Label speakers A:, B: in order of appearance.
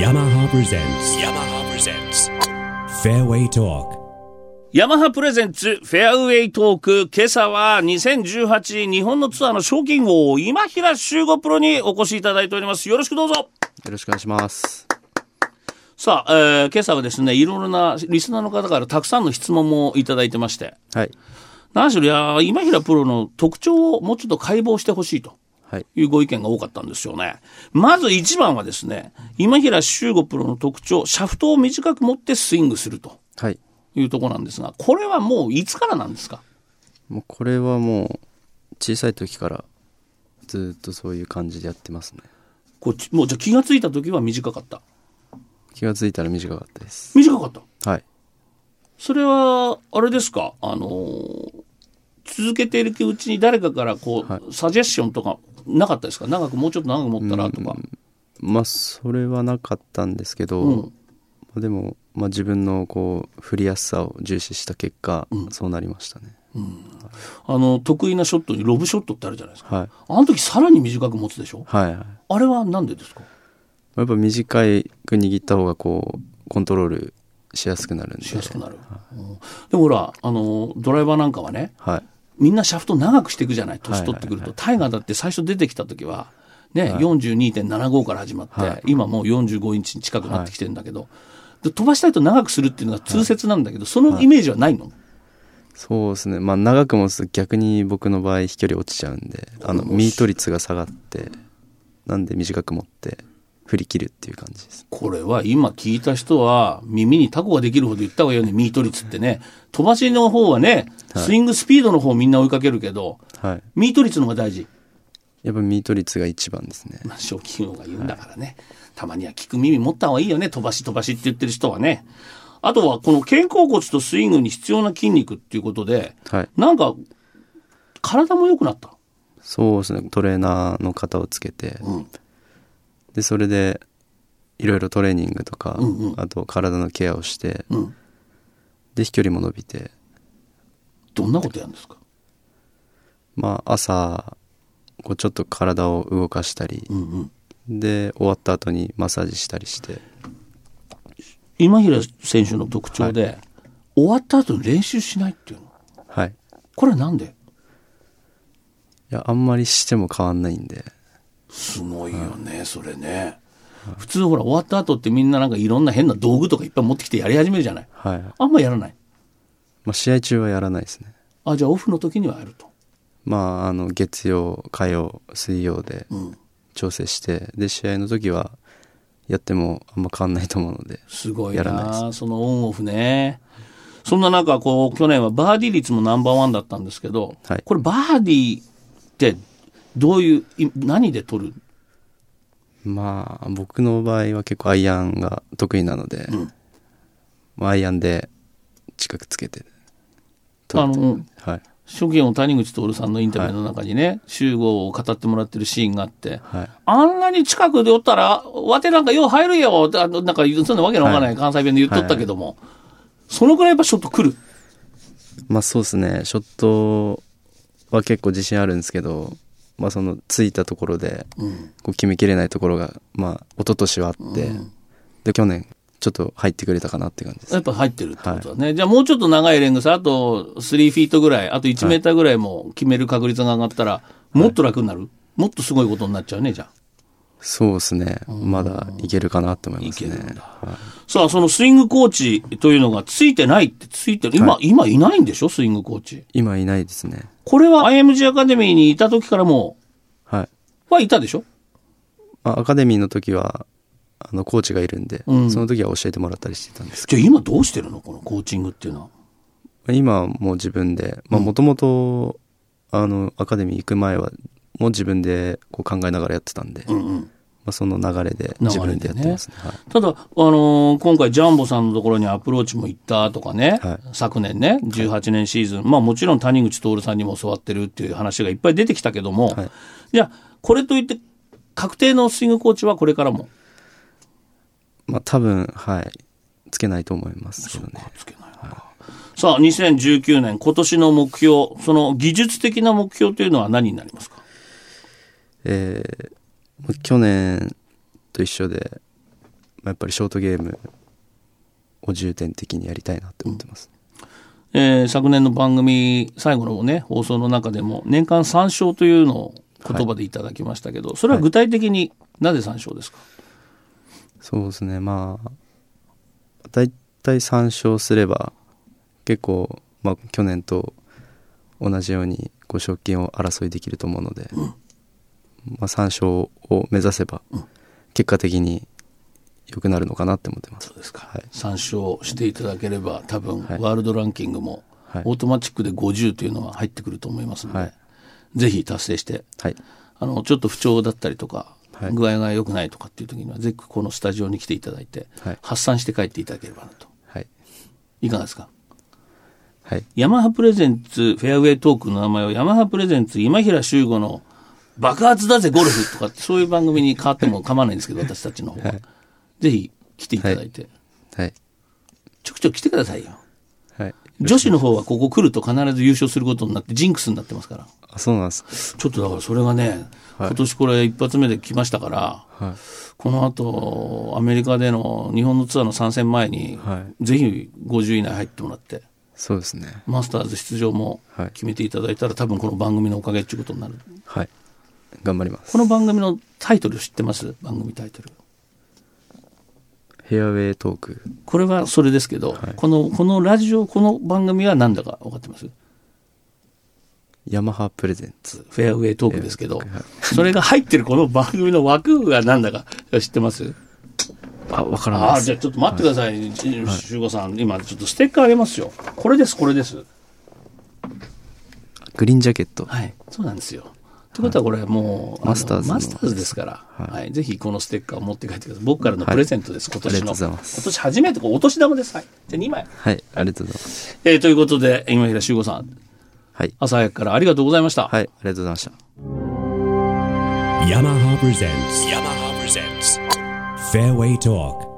A: yamaha presents yamaha presents fairway talk
B: ヤマハプレゼンツフェアウェイトーク今朝は2018日本のツアーの賞金王今平修吾プロにお越しいただいておりますよろしくどうぞ
C: よろしくお願いします。
B: さあ、えー今朝はですねいろいろなリスナーの方からたくさんの質問もいただいてまして
C: はい。
B: 何しろいやー今平プロの特徴をもうちょっと解剖してほしいと
C: はい。
B: いうご意見が多かったんですよねまず一番はですね今平修吾プロの特徴シャフトを短く持ってスイングすると
C: はい。
B: いうところなんですがこれはもういつからなんですか
C: もうこれはもう、小さい時からずっとそういう感じでやってますね。
B: こっちもうじゃあ気がついた時は短かった
C: 気がついたら短かったです。
B: 短かった
C: はい。
B: それはあれですかあのー続けているうちに誰かからこう、サジェッションとかなかったですか長くもうちょっと長く持ったらとか、
C: まあ、それはなかったんですけど、まあでも、まあ自分のこう、振りやすさを重視した結果、そうなりましたね。
B: あの得意なショットにロブショットってあるじゃないですか
C: はい。
B: あの時さらに短く持つでしょ
C: はいはい。
B: あれはなんでですか
C: やっぱ短く握った方がこう、コントロールしやすくなるんで。
B: しやすくなる、うんでもほらあのードライバーなんかはね
C: はい。
B: みんなシャフト長くしていくじゃない年
C: い
B: 取ってくると、タイガーだって最初出てきた時はね、42.75から始まって、今もう45インチに近くなってきてるんだけど、で飛ばしたいと長くするっていうのが通説なんだけど、そのイメージはないの、
C: そうですね、まあ、長く持つと逆に僕の場合飛距離落ちちゃうんであのミート率が下がってなんで短く持って振り切るっていう感じです
B: これは今聞いた人は耳にタコができるほど言った方がいいよねミート率ってね飛ばしの方はねスイングスピードの方みんな追いかけるけど
C: はい
B: ミート率の方が大事
C: やっぱミート率が一番ですね
B: まあ賞金王が言うんだからね、たまには聞く耳持った方がいいよね飛ばし飛ばしって言ってる人はねあとはこの肩甲骨とスイングに必要な筋肉っていうことで
C: はい
B: なんか体も良くなった
C: そうですねトレーナーの方をつけて、でそれでいろいろトレーニングとか、あと体のケアをして、で飛距離も伸びて
B: どんなことやるんですか
C: まあ朝こうちょっと体を動かしたり、で終わった後にマッサージしたりして
B: 今平選手の特徴で、終わった後に練習しないっていうの
C: はい
B: これはなんで
C: いや、あんまりしても変わんないんで。
B: すごいよね、それね普通ほら終わった後ってみんななんかいろんな変な道具とかいっぱい持ってきてやり始めるじゃない
C: はい。ま
B: あんまやらない
C: あ、試合中はやらないですね。
B: あじゃあオフの時にはやると
C: まあ、あの、月曜、火曜、水曜で調整して、で、試合の時はやってもあんま変わんないと思うので。
B: すごい
C: やらないで
B: なそのオンオフね。そんな中、こう、去年はバーディー率もナンバーワンだったんですけど、
C: はい
B: これバーディーって、どういう、い何で取る
C: まあ、僕の場合は結構アイアンが得意なので、まあ、アイアンで近くつけて。
B: あの、
C: はい。
B: 初見を谷口徹さんのインタビューの中にね、集合を語ってもらってるシーンがあって、
C: はい。
B: あんなに近くでおったら、わてなんかよう入るよってあのなんか、そんなわけのわからない、関西弁で言っとったけども、そのぐらいやっぱショット来る。
C: まあ、そうですね。ショットは結構自信あるんですけど、まあ、その、ついたところで、こう決めきれないところが、まあ、一昨年はあって、で、去年、ちょっと入ってくれたかなって感じです。
B: やっぱ入ってるってことだね。じゃあもうちょっと長いレングス、あと3フィートぐらい、あと1メーターぐらいも決める確率が上がったら、もっと楽になる、もっとすごいことになっちゃうね、じゃあ。
C: そうですね。まだいけるかなって思います
B: い
C: ね
B: けるん。だ
C: は
B: さあ、そのスイングコーチというのがついてないってついてる。今、今いないんでしょスイングコーチ。
C: い今いないですね。
B: これは IMG アカデミーにいた時からも
C: はい。
B: う、はいたでしょ
C: まあ、アカデミーの時は、あの、コーチがいるんで、その時は教えてもらったりしてたんですけ
B: じゃあ今どうしてるのこのコーチングっていうのは。
C: ど、今はもう自分で、まあ、もともと、あの、アカデミー行く前は、もう自分でこう考えながらやってたんで、まあ、その流れで自分でやってますね。はい
B: ただ、あのー今回、ジャンボさんのところにアプローチも行ったとかね、
C: はい
B: 昨年ね、18年シーズン、まあもちろん谷口徹さんにも教わってるっていう話がいっぱい出てきたけども、
C: はい
B: じゃあ、これといって、確定のスイングコーチはこれからも、
C: まあ、多分、はい、つけないと思いますけどね。
B: つけないのかさあ、2019年、今年の目標、その技術的な目標というのは何になりますか
C: えー、去年と一緒で、やっぱりショートゲームを重点的にやりたいなって思ってます。
B: えー昨年の番組最後のね放送の中でも年間3勝というのを言葉でいただきましたけど、それは具体的になぜ3勝ですか、
C: そうですねまあだいたい3勝すれば結構、まあ、去年と同じようにこう賞金を争いできると思うので、まあ、3勝を目指せば結果的に良くなるのかなって思ってます。
B: そうですか、
C: はい
B: 参照していただければ、多分
C: はい
B: ワールドランキングも、
C: はい
B: オートマチックで50というのは入ってくると思いますので、
C: はい
B: ぜひ達成して、
C: はい、
B: あのちょっと不調だったりとか、
C: はい
B: 具合が良くないとかっていう時には、ぜひこのスタジオに来ていただいて、
C: はい
B: 発散して帰っていただければなと。
C: はい、
B: いかがですか
C: はい、
B: ヤマハプレゼンツフェアウェイトークの名前をヤマハプレゼンツ今平修吾の爆発だぜゴルフとかってそういう番組に変わっても構わないんですけど、私たちの方は。ぜひ来ていただいて、
C: はい、
B: ちょくちょく来てくださいよ。
C: はい。
B: 女子の方はここ来ると必ず優勝することになってジンクスになってますから。
C: あ、そうなんです。
B: ちょっとだからそれがね、
C: はい
B: 今年これ一発目で来ましたから、
C: はい、
B: この後、アメリカでの日本のツアーの参戦前に、
C: は
B: ぜひ50位以内入ってもらって、
C: そうですね。
B: マスターズ出場も
C: はい
B: 決めていただいたら、多分この番組のおかげっていうことになる。
C: はい、頑張ります。
B: この番組のタイトル知ってます番組タイトル。
C: フェアウェイトーク。
B: これはそれですけど、
C: はい
B: この、このラジオ、この番組は何だか分かってます
C: ヤマハプレゼンツ。
B: フェアウェイトークですけど
C: フェアウェイトー、
B: それが入ってるこの番組の枠が何だか知ってます
C: あ、わから
B: あ
C: ない
B: あ、
C: で
B: じゃ
C: す。
B: あちょっと待ってください、修吾さん。今、ちょっとステッカーあげますよ。これです、これです。
C: グリーンジャケット。
B: はい。そうなんですよ。ということはこれもう、あの
C: マスターズの
B: マスターズですから、
C: は
B: はい
C: い
B: ぜひこのステッカーを持って帰ってください。僕からの
C: はい
B: プレゼントです、今年の。
C: ありがとうございます
B: 今年初めてこうお年玉です。はい。じゃあ2枚。
C: はい、ありがとうございます。
B: えーということで、今平修吾さん、
C: はい、
B: 朝早くからありがとうございました。
C: はい、ありがとうございました。
A: Yamaha presents. Yamaha presents. Fairway Talk.